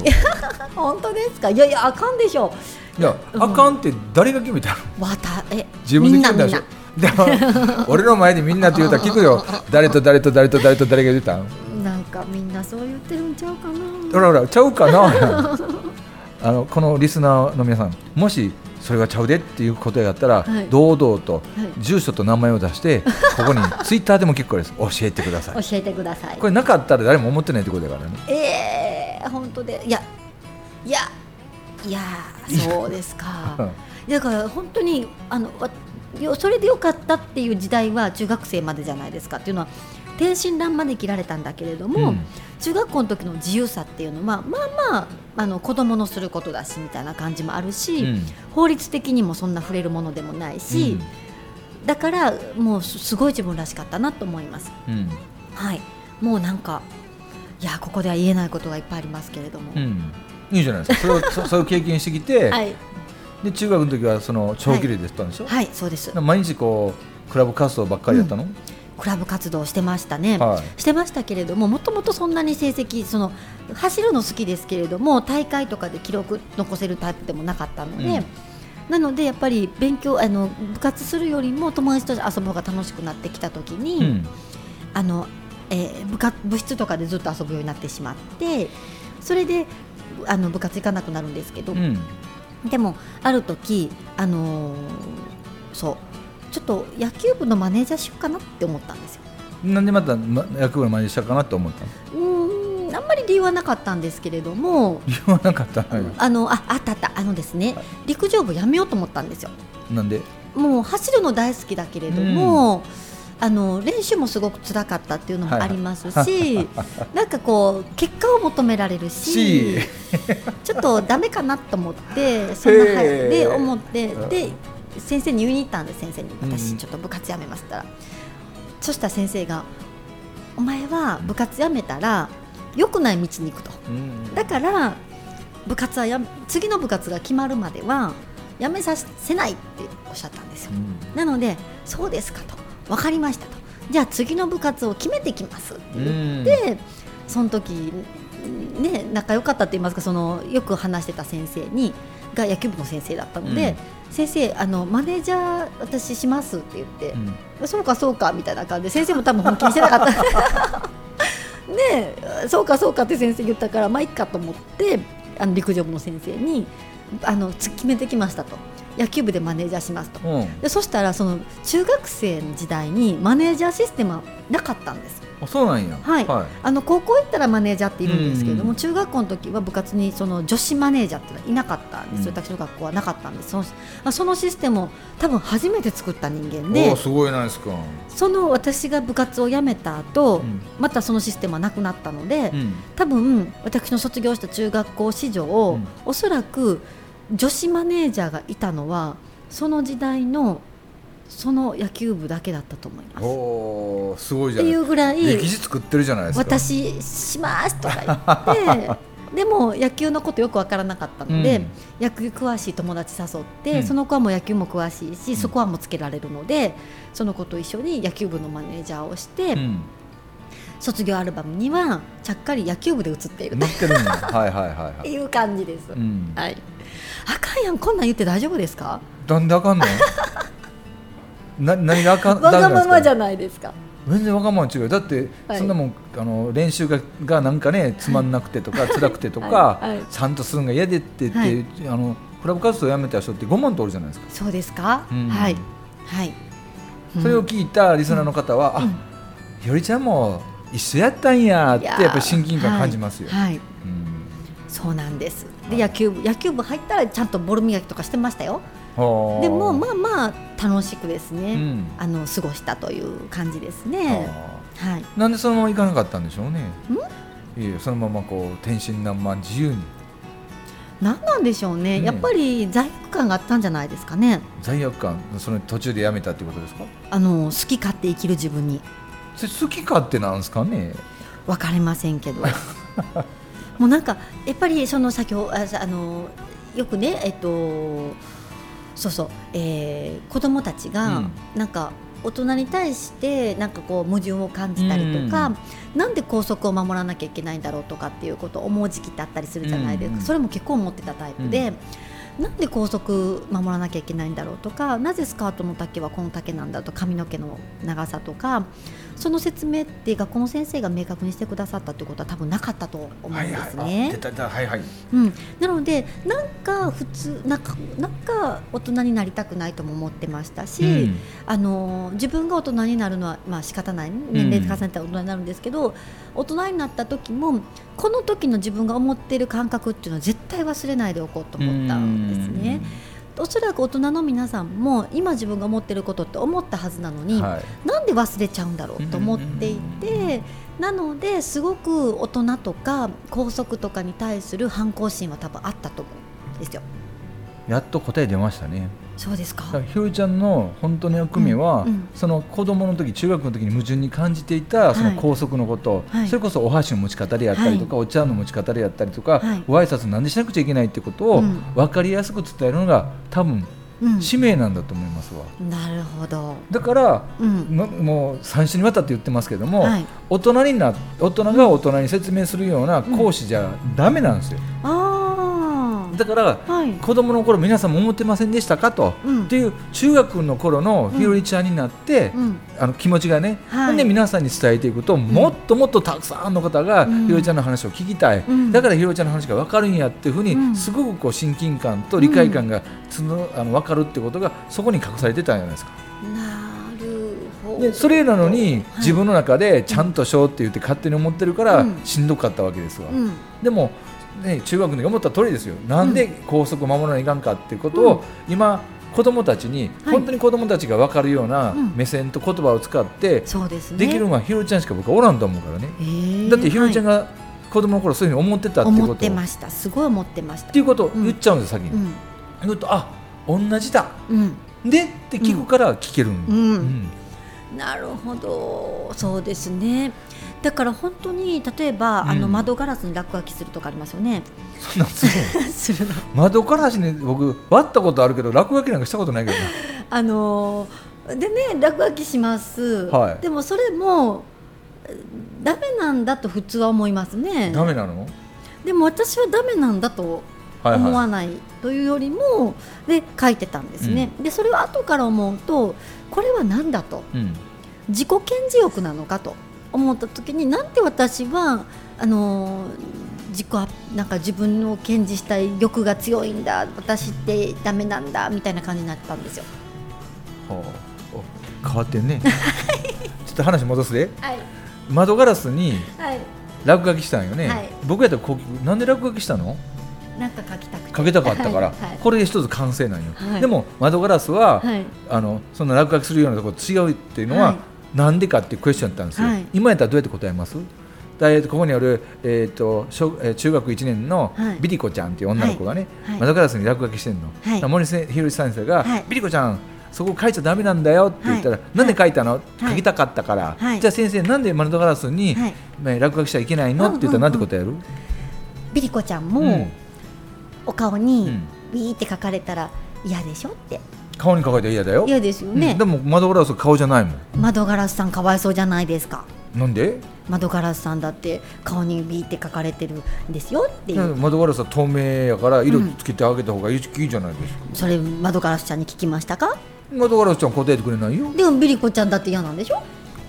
[SPEAKER 1] 本当ですかいやいやあかんでしょ
[SPEAKER 2] いやあかんって誰が決めたの
[SPEAKER 1] わたえ
[SPEAKER 2] 自分で決めたでしょ
[SPEAKER 1] みん
[SPEAKER 2] で
[SPEAKER 1] な
[SPEAKER 2] も俺の前でみんなって言うたら聞くよ誰と誰と誰と誰と誰が言ってたん
[SPEAKER 1] みんななんかみんなそう言ってるんちゃうか
[SPEAKER 2] ほ
[SPEAKER 1] な
[SPEAKER 2] らほら、ちゃうか
[SPEAKER 1] (laughs)
[SPEAKER 2] な。あの、このリスナーの皆さん、もし、それがちゃうでっていうことやったら、
[SPEAKER 1] はい
[SPEAKER 2] 堂々と
[SPEAKER 1] い
[SPEAKER 2] 住所と名前を出して、こ
[SPEAKER 1] (laughs)
[SPEAKER 2] こにツイッターでも結構です。教えてください。
[SPEAKER 1] 教えてください
[SPEAKER 2] これなかったら誰も思ってないってことだからね。
[SPEAKER 1] えー、本当でいやいやいやそうです
[SPEAKER 2] う
[SPEAKER 1] か
[SPEAKER 2] ん (laughs)
[SPEAKER 1] だから本当にあのわよそれでよかったっていう時代は中学生までじゃないですかっていうのは天真爛漫で切られたんだけれども、
[SPEAKER 2] うん
[SPEAKER 1] 中学校の時の自由さっていうのはまあまああの子供のすることだしみたいな感じもあるし、
[SPEAKER 2] うん
[SPEAKER 1] 法律的にもそんな触れるものでもないし、だからもうすすごい自分らしかったなと思います。
[SPEAKER 2] うん。
[SPEAKER 1] はい、もうなんかいやここでは言えないことがいっぱいありますけれども、
[SPEAKER 2] うん。うんいいじゃないですか。それを、そそういう経験してきて、
[SPEAKER 1] はい、
[SPEAKER 2] で、中学の時は、その長距離でしたんでしょ、
[SPEAKER 1] はい、そうです
[SPEAKER 2] 毎日こう、クラブ活動ばっかりやったの。
[SPEAKER 1] クラブ活動をしてましたね、
[SPEAKER 2] はい
[SPEAKER 1] してましたけれどももともとそんなに成績その走るの好きですけれども大会とかで記録残せるタイプでもなかったので、
[SPEAKER 2] うん
[SPEAKER 1] なのでやっぱり勉強あの部活するよりも友達と遊ぶ方が楽しくなってきた時に、
[SPEAKER 2] うん。
[SPEAKER 1] あの、えー部活部室とかでずっと遊ぶようになってしまってそれであの部活行かなくなるんですけど、
[SPEAKER 2] うん。
[SPEAKER 1] でもある時あのーそうちょっと野球部のマネージャーしようかなって思ったんですよ。
[SPEAKER 2] なんでまた、ま、役部の前にしたかなと思ったの。
[SPEAKER 1] うーんあんまり理由はなかったんですけれども
[SPEAKER 2] 理由はなかったのよ。
[SPEAKER 1] あのああったあったあのですね陸上部やめようと思ったんですよ。
[SPEAKER 2] なんで。
[SPEAKER 1] もう走るの大好きだけれども、あの練習もすごく辛かったっていうのもありますし、 (laughs) なんかこう結果を求められる
[SPEAKER 2] し
[SPEAKER 1] しちょっとダメかなと
[SPEAKER 2] (laughs)
[SPEAKER 1] 思ってそんなは
[SPEAKER 2] へー
[SPEAKER 1] で思って
[SPEAKER 2] うん
[SPEAKER 1] で先生に言いに行ったんです先生に
[SPEAKER 2] うん
[SPEAKER 1] 私ちょっと部活やめましたら、そしたら先生がお前は部活やめたら良くない道に行くと
[SPEAKER 2] うん
[SPEAKER 1] だから部活はやめ次の部活が決まるまではやめさせないっておっしゃったんですよ。
[SPEAKER 2] うん
[SPEAKER 1] なので、そうですかと、分かりましたと、じゃあ次の部活を決めてきますって言って、その時ね仲良かったって言いますか、そのよく話してた先生にが野球部の先生だったので、先生あの、マネージャー私しますって言って
[SPEAKER 2] う、ん
[SPEAKER 1] そうかそうかみたいな感じで、先生も多分本気にしてなかった。
[SPEAKER 2] (laughs)
[SPEAKER 1] ねえそうかそうかって先生言ったからまあいっかと思ってあの陸上部の先生にあのつ決めてきましたと野球部でマネージャーしますと
[SPEAKER 2] うん、
[SPEAKER 1] でそしたらその中学生の時代にマネージャーシステムはなかったんです
[SPEAKER 2] あそうなんや。
[SPEAKER 1] はいあの高校行ったらマネージャーっているんですけれど
[SPEAKER 2] うん
[SPEAKER 1] も、
[SPEAKER 2] うん
[SPEAKER 1] 中学校の時は部活にその女子マネージャーっていうのはいなかったんです、
[SPEAKER 2] うん
[SPEAKER 1] 私の学校はなかったんですそのあそのシステムを多分初めて作った人間
[SPEAKER 2] お
[SPEAKER 1] で
[SPEAKER 2] おすごいないですか。
[SPEAKER 1] その私が部活を辞めた後、
[SPEAKER 2] うん
[SPEAKER 1] またそのシステムはなくなったので、
[SPEAKER 2] うん。
[SPEAKER 1] 多分私の卒業した中学校史上、
[SPEAKER 2] うん
[SPEAKER 1] おそらく女子マネージャーがいたのはその時代のその野球部だけだったと思います。っ
[SPEAKER 2] おーすごいじ
[SPEAKER 1] て
[SPEAKER 2] ゃない
[SPEAKER 1] いうぐらい
[SPEAKER 2] 歴史作ってるじゃないですか
[SPEAKER 1] 私しますとか言って
[SPEAKER 2] (laughs)
[SPEAKER 1] でも野球のことよくわからなかったので、
[SPEAKER 2] うん
[SPEAKER 1] 野球詳しい友達誘って、
[SPEAKER 2] うん
[SPEAKER 1] その子はもう野球も詳しいし、そこはもうつけられるのでその子と一緒に野球部のマネージャーをして、
[SPEAKER 2] うん
[SPEAKER 1] 卒業アルバムにはちゃっかり野球部で写っているっ
[SPEAKER 2] 塗ってるんだ
[SPEAKER 1] (laughs)
[SPEAKER 2] はいはいはいは
[SPEAKER 1] て
[SPEAKER 2] い、
[SPEAKER 1] いう感じです。
[SPEAKER 2] うん、
[SPEAKER 1] はいあかんやんこんなん言って大丈夫ですか
[SPEAKER 2] なんであ
[SPEAKER 1] (laughs)
[SPEAKER 2] かんのな何があかん
[SPEAKER 1] わがままじ
[SPEAKER 2] ゃ
[SPEAKER 1] ゃないですか
[SPEAKER 2] 全然わがまま違うよだって、
[SPEAKER 1] はい
[SPEAKER 2] そんなもんあの練習ががなんかねつまんなくてとか辛くてとか、
[SPEAKER 1] はいはい
[SPEAKER 2] ちゃんとするのが嫌でってって、
[SPEAKER 1] はい
[SPEAKER 2] あのクラブ活動をやめた人って5万通るじゃないですか、
[SPEAKER 1] そうですか、
[SPEAKER 2] うん
[SPEAKER 1] はいはい
[SPEAKER 2] それを聞いたリスナーの方は、あひよりちゃんも一緒やったんやってやっぱり親近感感じますよ、
[SPEAKER 1] はいはい
[SPEAKER 2] うん
[SPEAKER 1] そうなんです
[SPEAKER 2] は
[SPEAKER 1] で
[SPEAKER 2] い
[SPEAKER 1] 野球部野球部入ったらちゃんとボール磨きとかしてましたよ
[SPEAKER 2] はあ
[SPEAKER 1] でもまあまあ楽しくですね、
[SPEAKER 2] うん
[SPEAKER 1] あの過ごしたという感じですね
[SPEAKER 2] は
[SPEAKER 1] はい
[SPEAKER 2] あなんでそのまま行かなかったんでしょうねいえいえそのままこう天真爛漫自由に
[SPEAKER 1] 何なんでしょうね、
[SPEAKER 2] うん
[SPEAKER 1] やっぱり罪悪感があったんじゃないですかね
[SPEAKER 2] 罪悪感その途中でやめたってことですか
[SPEAKER 1] あの好き勝手生きる自分に
[SPEAKER 2] それ好き勝手なんですかね
[SPEAKER 1] 分かりません
[SPEAKER 2] (laughs)
[SPEAKER 1] けどもうなんかやっぱりその先ほどああのよくねえっとそうそう、えー子供たちが、
[SPEAKER 2] うん
[SPEAKER 1] なんか大人に対してなんかこう矛盾を感じたりとか、なんで校則を守らなきゃいけないんだろうとかっていうことを思う時期だったりするじゃないですか、
[SPEAKER 2] うんうん
[SPEAKER 1] それも結構思ってたタイプで。なんで校則守らなきゃいけないんだろうとかなぜスカートの丈はこの丈なんだと髪の毛の長さとかその説明って学校の先生が明確にしてくださったってことは多分なかったと思うん
[SPEAKER 2] はい
[SPEAKER 1] で
[SPEAKER 2] はい
[SPEAKER 1] す
[SPEAKER 2] あ
[SPEAKER 1] ね
[SPEAKER 2] 出。た出たはいはい
[SPEAKER 1] うん、なのでなんか普通なんかなんか大人になりたくないとも思ってましたし、
[SPEAKER 2] うん
[SPEAKER 1] あの自分が大人になるのはまあ仕方ない年齢重ねたら大人になるんですけど、大人になった時もこの時の自分が思っている感覚っていうのは絶対忘れないでおこうと思ったんですね。おそらく大人の皆さんも今自分が思ってることって思ったはずなの
[SPEAKER 2] うん
[SPEAKER 1] に、
[SPEAKER 2] はい
[SPEAKER 1] なんで忘れちゃうんだろうと思っていてなのですごく大人とか校則とかに対する反抗心は多分あったと思うんですよ。
[SPEAKER 2] やっと答え出ましたね
[SPEAKER 1] そうですか
[SPEAKER 2] だからひよりちゃんの本当の役目は、
[SPEAKER 1] うんうん
[SPEAKER 2] その子供の時中学の時に矛盾に感じていたその校則のこと、
[SPEAKER 1] はい
[SPEAKER 2] それこそお箸の持ち方であったりとか、お茶の持ち方であったりとか、
[SPEAKER 1] はい
[SPEAKER 2] ご挨拶なんでしなくちゃいけないってことを
[SPEAKER 1] うん
[SPEAKER 2] 分かりやすく伝えるのが多分
[SPEAKER 1] うん
[SPEAKER 2] 使命なんだと思いますわ、
[SPEAKER 1] なるほど、
[SPEAKER 2] だから
[SPEAKER 1] うん
[SPEAKER 2] のもう3週にわたって言ってますけども、
[SPEAKER 1] はい、
[SPEAKER 2] 大人にな大人が大人に説明するような講師じゃダメなんですよ、
[SPEAKER 1] あ
[SPEAKER 2] だから
[SPEAKER 1] あはい、
[SPEAKER 2] 子供の頃皆さんも思ってませんでしたかと、
[SPEAKER 1] うん
[SPEAKER 2] っていう中学の頃のひよりちゃんになって、
[SPEAKER 1] うん、
[SPEAKER 2] あの気持ちがね、
[SPEAKER 1] はい
[SPEAKER 2] ほんで皆さんに伝えていくと、もっともっとたくさんの方が
[SPEAKER 1] うん
[SPEAKER 2] ひろりちゃんの話を聞きたい、
[SPEAKER 1] うん
[SPEAKER 2] だからひろりちゃんの話が分かるんやっていうふうに、
[SPEAKER 1] うん
[SPEAKER 2] すごくこう親近感と理解感がつの、あの分かるってことがそこに隠されてたんじゃないですか。
[SPEAKER 1] なるほど
[SPEAKER 2] でそれなのに
[SPEAKER 1] はい
[SPEAKER 2] 自分の中でちゃんとしようって言って勝手に思ってるから
[SPEAKER 1] うん
[SPEAKER 2] しんどかったわけですわ、
[SPEAKER 1] うん
[SPEAKER 2] でも、ね、中学の時思った通りですよなんで校則守らないかんかっていうことを、
[SPEAKER 1] うん
[SPEAKER 2] 今子供たちに、
[SPEAKER 1] はい
[SPEAKER 2] 本当に子供たちが分かるような
[SPEAKER 1] うん
[SPEAKER 2] 目線と言葉を使って、
[SPEAKER 1] そうですね
[SPEAKER 2] できるのはひろちゃんしか僕はおらんと思うからね、
[SPEAKER 1] えー
[SPEAKER 2] だってひろちゃん
[SPEAKER 1] は
[SPEAKER 2] が子供の頃そういうふうに思ってた
[SPEAKER 1] い
[SPEAKER 2] っていう
[SPEAKER 1] 思
[SPEAKER 2] こ
[SPEAKER 1] って
[SPEAKER 2] とを
[SPEAKER 1] ま
[SPEAKER 2] っ
[SPEAKER 1] したすごい思ってました
[SPEAKER 2] ていうことを言っちゃうんです、先
[SPEAKER 1] う
[SPEAKER 2] に
[SPEAKER 1] ん
[SPEAKER 2] 言うとあ同じだ
[SPEAKER 1] うん
[SPEAKER 2] でって聞くから聞けるん、
[SPEAKER 1] うん
[SPEAKER 2] うん
[SPEAKER 1] なるほどそうですねだから本当に例えば、
[SPEAKER 2] うん
[SPEAKER 1] あの窓ガラスに落書きするとかあります
[SPEAKER 2] (laughs)
[SPEAKER 1] よね
[SPEAKER 2] そんなんすごい
[SPEAKER 1] するの
[SPEAKER 2] 窓ガラスに僕割ったことあるけど落書きなんかしたことないけどな
[SPEAKER 1] あのーでね落書きします、
[SPEAKER 2] はい
[SPEAKER 1] でもそれもえダメなんだと普通は思いますね
[SPEAKER 2] ダメなの
[SPEAKER 1] でも私はダメなんだと
[SPEAKER 2] はい
[SPEAKER 1] 思
[SPEAKER 2] は
[SPEAKER 1] わないというよりもで書いてたんですね、でそれを後から思うとこれは何だと
[SPEAKER 2] い、うん、
[SPEAKER 1] 自己顕示欲なのかと思った時になんで私はあのー自己アなんか自分を顕示したい欲が強いんだ私ってダメなんだみたいな感じになったんですよ。
[SPEAKER 2] はあ、変わってんね (laughs) ちょっと話戻すで
[SPEAKER 1] はい、
[SPEAKER 2] 窓ガラスに
[SPEAKER 1] はい、
[SPEAKER 2] 落書きしたんよね、
[SPEAKER 1] はい
[SPEAKER 2] 僕やったらこう聞くなんで落書きしたの
[SPEAKER 1] なんか書きたくて
[SPEAKER 2] かけたかったから、
[SPEAKER 1] はいはい
[SPEAKER 2] これで一つ完成なんよ、
[SPEAKER 1] はい
[SPEAKER 2] でも窓ガラスは、
[SPEAKER 1] はい
[SPEAKER 2] あのそんな落書きするようなとこ違うっていうのは、
[SPEAKER 1] はい
[SPEAKER 2] なんでかっていうクエスチョンだったんですよ、
[SPEAKER 1] はい
[SPEAKER 2] 今やったらどうやって答えますだえーとここにある、えー、と小えー中学1年の
[SPEAKER 1] はい
[SPEAKER 2] ビリコちゃんっていう女の子がね、
[SPEAKER 1] はいはい
[SPEAKER 2] 窓ガラスに落書きしてんの、
[SPEAKER 1] はい
[SPEAKER 2] だから森せひろし先生が、
[SPEAKER 1] はい
[SPEAKER 2] ビリコちゃんそこ書いちゃだめなんだよって言ったら、
[SPEAKER 1] はい
[SPEAKER 2] なんで書いたの、
[SPEAKER 1] はい
[SPEAKER 2] 書きたかったから、
[SPEAKER 1] はい
[SPEAKER 2] じゃあ先生なんで窓ガラスに、
[SPEAKER 1] はい
[SPEAKER 2] まあ落書きしちゃいけないのって言ったらなんて答える、
[SPEAKER 1] ビリコちゃん
[SPEAKER 2] うん
[SPEAKER 1] もお顔
[SPEAKER 2] う
[SPEAKER 1] に
[SPEAKER 2] ん
[SPEAKER 1] ビーって書かれたら嫌でしょって
[SPEAKER 2] 顔に書かれたら嫌だよ
[SPEAKER 1] 嫌ですよね
[SPEAKER 2] うんで、も窓ガラスは顔じゃないもん
[SPEAKER 1] 窓ガラスさんかわいそうじゃないですか
[SPEAKER 2] なんで
[SPEAKER 1] 窓ガラスさんだって顔にビーって書かれてるんですよっていう、
[SPEAKER 2] 窓ガラスは透明やから色つけてあげた方がいいじゃないですか、
[SPEAKER 1] それ窓ガラスちゃんに聞きましたか
[SPEAKER 2] 窓ガラスちゃん答えてくれないよ
[SPEAKER 1] でもビリコちゃんだって嫌なんでしょ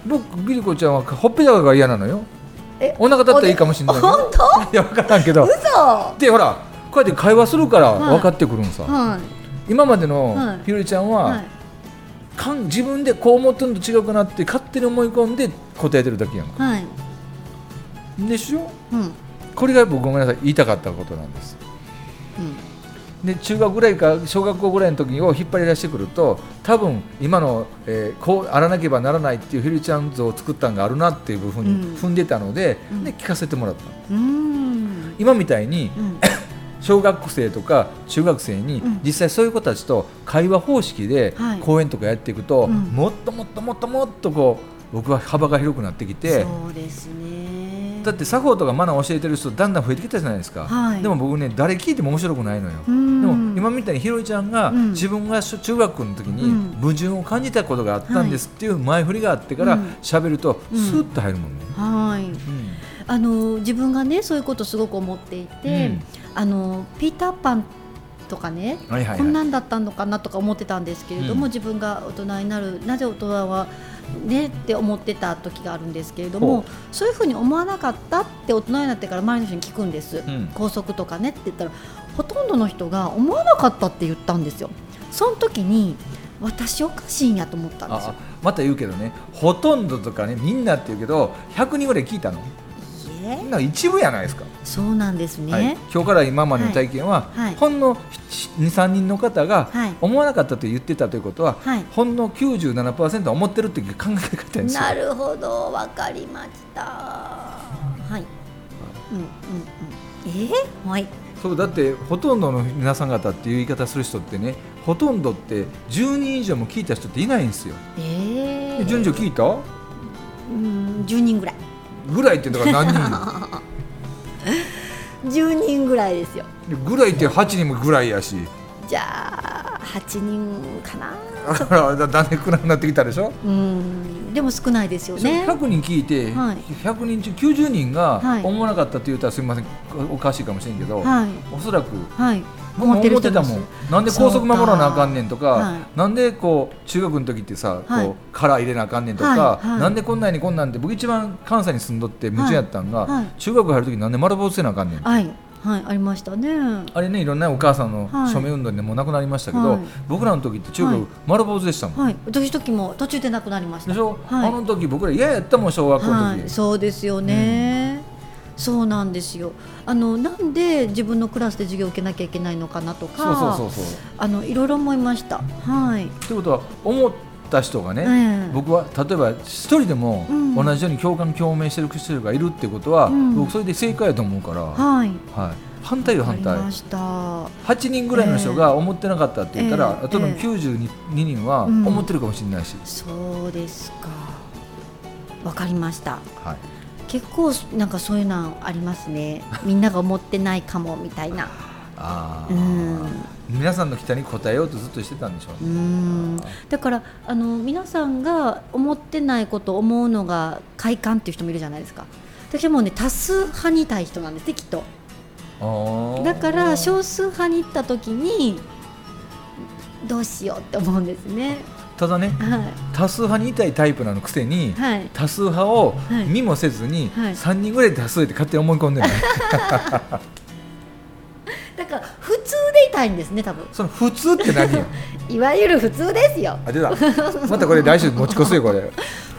[SPEAKER 2] 僕ビリコちゃんはほっぺたが嫌なのよ
[SPEAKER 1] え
[SPEAKER 2] お腹立ったらいいかもしれないけど
[SPEAKER 1] 本当
[SPEAKER 2] いや分からんけど
[SPEAKER 1] 嘘
[SPEAKER 2] でほらこうやって会話するから
[SPEAKER 1] はい
[SPEAKER 2] 分かってくるんさ、
[SPEAKER 1] はい
[SPEAKER 2] 今までの
[SPEAKER 1] はい
[SPEAKER 2] ひよりちゃんは、
[SPEAKER 1] はい
[SPEAKER 2] かん自分でこう思ってるのと違うかなって勝手に思い込んで答えてるだけやんか
[SPEAKER 1] はい
[SPEAKER 2] でしょ
[SPEAKER 1] うんうん
[SPEAKER 2] これが僕ごめんなさい言いたかったことなんですで中学ぐらいか小学校ぐらいの時を引っ張り出してくると多分今の、えーこうあらなければならないっていうひるちゃん像を作ったんがあるなっていうふう
[SPEAKER 1] うん
[SPEAKER 2] に踏んでたので,、
[SPEAKER 1] うん
[SPEAKER 2] で聞かせてもらった
[SPEAKER 1] うーん
[SPEAKER 2] 今みたいに
[SPEAKER 1] うん
[SPEAKER 2] (laughs) 小学生とか中学生に
[SPEAKER 1] うん
[SPEAKER 2] 実際そういう子たちと会話方式で
[SPEAKER 1] はい
[SPEAKER 2] 講演とかやっていくと、
[SPEAKER 1] うん
[SPEAKER 2] もっともっともっともっとこう僕は幅が広くなってきて
[SPEAKER 1] そうですね
[SPEAKER 2] だって作法とかマナー教えてる人だんだん増えてきたじゃないですか、
[SPEAKER 1] はい
[SPEAKER 2] でも僕ね誰聞いても面白くないのよ。
[SPEAKER 1] うーん
[SPEAKER 2] でも今みたいにひろいちゃんが
[SPEAKER 1] うん
[SPEAKER 2] 自分がしょ中学の時
[SPEAKER 1] うん
[SPEAKER 2] に矛盾を感じたことがあったんですっていう前振りがあってから
[SPEAKER 1] うん
[SPEAKER 2] 喋ると
[SPEAKER 1] うん
[SPEAKER 2] スーッと入るもんね。
[SPEAKER 1] はいあの自分がねそういうことすごく思っていて、
[SPEAKER 2] うん
[SPEAKER 1] あのピーターパンとかね、
[SPEAKER 2] はいはい
[SPEAKER 1] こん
[SPEAKER 2] は
[SPEAKER 1] なんだったのかなとか思ってたんですけれども、
[SPEAKER 2] うん
[SPEAKER 1] 自分が大人になるなぜ大人はねって思ってた時があるんですけれども
[SPEAKER 2] ほ
[SPEAKER 1] そういうふうに思わなかったって大人になってから周りの人に聞くんです、
[SPEAKER 2] うん
[SPEAKER 1] 校則とかねって言ったらほとんどの人が思わなかったって言ったんですよその時に私おかしいんやと思ったんです
[SPEAKER 2] あ
[SPEAKER 1] よ
[SPEAKER 2] また言うけどねほとんどとかねみんなって言うけど100人ぐらい聞いたの
[SPEAKER 1] いえ
[SPEAKER 2] みんな一部やないですか、
[SPEAKER 1] そうなんですね、
[SPEAKER 2] はい、今日から今までの体験は、
[SPEAKER 1] はいはい
[SPEAKER 2] ほんの23人の方が
[SPEAKER 1] はい
[SPEAKER 2] 思わなかったと言ってたということは、
[SPEAKER 1] はい
[SPEAKER 2] ほんの97%は思ってるっていう考え方ですよ
[SPEAKER 1] なるほど、わかりました。はい。うんうんうん。えー、はい。
[SPEAKER 2] そうだってほとんどの皆さん方っていう言い方する人ってねほとんどって10人以上も聞いた人っていないんですよ。
[SPEAKER 1] ええ
[SPEAKER 2] で順序聞いた
[SPEAKER 1] うん、十人ぐらい。
[SPEAKER 2] ぐらいってだから何
[SPEAKER 1] 十人ぐらいですよ。
[SPEAKER 2] 人
[SPEAKER 1] (laughs)
[SPEAKER 2] ぐらいって8人もぐらいやし
[SPEAKER 1] じゃあ八人かな。
[SPEAKER 2] だからだだんだん少なくなってきたでしょ、
[SPEAKER 1] うん。でも少ないですよね。
[SPEAKER 2] 100人聞いて、
[SPEAKER 1] はい
[SPEAKER 2] 100人中90人が
[SPEAKER 1] はい
[SPEAKER 2] 思わなかったって言ったらすみませんおかしいかもしれんけど、
[SPEAKER 1] はい
[SPEAKER 2] おそらく
[SPEAKER 1] はい。
[SPEAKER 2] 僕も思ってたもん
[SPEAKER 1] 思って
[SPEAKER 2] なんで高速守らなあかんねんとか、
[SPEAKER 1] そうかは
[SPEAKER 2] なんでこう中学の時ってさ、
[SPEAKER 1] はい
[SPEAKER 2] こう殻入れなあかんねんとか、
[SPEAKER 1] はいはい
[SPEAKER 2] なんでこんなんにこんなんって僕一番関西に住んどって夢中やったんが、
[SPEAKER 1] はいはい
[SPEAKER 2] 中学入る時なんで丸坊主せなあかんねん
[SPEAKER 1] たはいはいありましたね。
[SPEAKER 2] あれねいろんなお母さんの
[SPEAKER 1] はい
[SPEAKER 2] 署名運動でもうなくなりましたけど、
[SPEAKER 1] はい
[SPEAKER 2] 僕らの時って中学、
[SPEAKER 1] はい
[SPEAKER 2] 丸坊主でしたもん、
[SPEAKER 1] はい。私時も途中でなくなりました。
[SPEAKER 2] でしょ、
[SPEAKER 1] は
[SPEAKER 2] あ
[SPEAKER 1] い
[SPEAKER 2] の時僕ら嫌やったもん小学校の時、
[SPEAKER 1] はい、そうですよね、そうなんですよあのなんで自分のクラスで授業を受けなきゃいけないのかなとか
[SPEAKER 2] そうそうそうそう
[SPEAKER 1] あのいろいろ思いましたはい
[SPEAKER 2] ということは思った人がね、
[SPEAKER 1] ええ
[SPEAKER 2] 僕は例えば一人でも
[SPEAKER 1] うん
[SPEAKER 2] 同じように共感共鳴してる人がいるってことは、
[SPEAKER 1] うん
[SPEAKER 2] 僕それで正解やと思うから、は
[SPEAKER 1] はい
[SPEAKER 2] い、反対よ
[SPEAKER 1] わか
[SPEAKER 2] 反
[SPEAKER 1] り
[SPEAKER 2] 対
[SPEAKER 1] ました
[SPEAKER 2] 8人ぐらいの人が思ってなかったって言ったら、
[SPEAKER 1] ええ
[SPEAKER 2] あとの
[SPEAKER 1] ええ
[SPEAKER 2] 92人は
[SPEAKER 1] うん
[SPEAKER 2] 思ってるかもしれないし、
[SPEAKER 1] そうですかわかりました
[SPEAKER 2] はい、
[SPEAKER 1] 結構なんかそういうのありますねみんなが思ってないかもみたいな
[SPEAKER 2] あ
[SPEAKER 1] う
[SPEAKER 2] ー
[SPEAKER 1] ん
[SPEAKER 2] 皆さんの期待に応えようとずっとしてたんでしょう
[SPEAKER 1] う
[SPEAKER 2] ね、
[SPEAKER 1] んだからあの皆さんが思ってないこと思うのが快感っていう人もいるじゃないですか私はもうね多数派にいたい人なんですねきっと
[SPEAKER 2] あー
[SPEAKER 1] だから少数派に行った時にどうしようって思うんですね
[SPEAKER 2] ただね
[SPEAKER 1] は
[SPEAKER 2] 多数派にいたいタイプなのくせに
[SPEAKER 1] い、はい
[SPEAKER 2] 多数派を
[SPEAKER 1] はい
[SPEAKER 2] 見もせずに
[SPEAKER 1] はい
[SPEAKER 2] 3人ぐらいで多数やって勝手に思い込んで
[SPEAKER 1] (laughs)
[SPEAKER 2] る、
[SPEAKER 1] だから普通でいたいんですね多分
[SPEAKER 2] その普通って何
[SPEAKER 1] (laughs)
[SPEAKER 2] や
[SPEAKER 1] いわゆる普通で
[SPEAKER 2] (laughs)
[SPEAKER 1] すよ
[SPEAKER 2] あ出たまたこれ来週持ち越すよこれ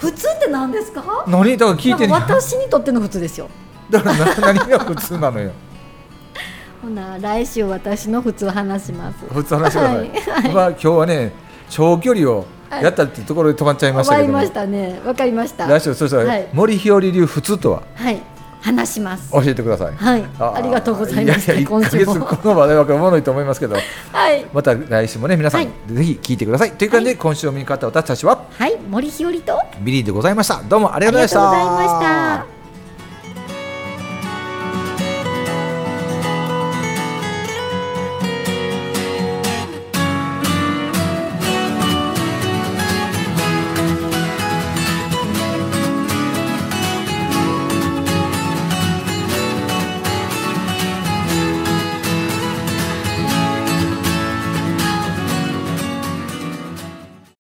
[SPEAKER 1] 普通って何ですか
[SPEAKER 2] (laughs) 何だから聞いてんね
[SPEAKER 1] なん
[SPEAKER 2] ん
[SPEAKER 1] か私にとっての普通ですよ
[SPEAKER 2] だからな何が普通なのよ
[SPEAKER 1] ほな来週私の普通話します
[SPEAKER 2] 普通話してください、
[SPEAKER 1] はい
[SPEAKER 2] まあ今日はね長距離をやったっていうところで止まっちゃいました
[SPEAKER 1] 終わ
[SPEAKER 2] け
[SPEAKER 1] り
[SPEAKER 2] ども
[SPEAKER 1] ましたねわかりました
[SPEAKER 2] 来週そしたら、
[SPEAKER 1] はい
[SPEAKER 2] 森日和流普通とは
[SPEAKER 1] はい。話します。
[SPEAKER 2] 教えてください。
[SPEAKER 1] はい、
[SPEAKER 2] ー
[SPEAKER 1] ありがとうございました。
[SPEAKER 2] やや1
[SPEAKER 1] 今
[SPEAKER 2] ヶ
[SPEAKER 1] 週
[SPEAKER 2] 月こ
[SPEAKER 1] も。
[SPEAKER 2] の話題はおもろいと思いますけど、
[SPEAKER 1] はい、
[SPEAKER 2] また来週もね皆さん、
[SPEAKER 1] は
[SPEAKER 2] ぜひ聞いてください。という感じで、今週お見にかかった私たちは
[SPEAKER 1] はい、森ひよりと。
[SPEAKER 2] ビリーでございました。どうもあり
[SPEAKER 1] あ
[SPEAKER 2] が
[SPEAKER 1] り
[SPEAKER 2] とうござい
[SPEAKER 1] が
[SPEAKER 2] ました。
[SPEAKER 1] とうございました。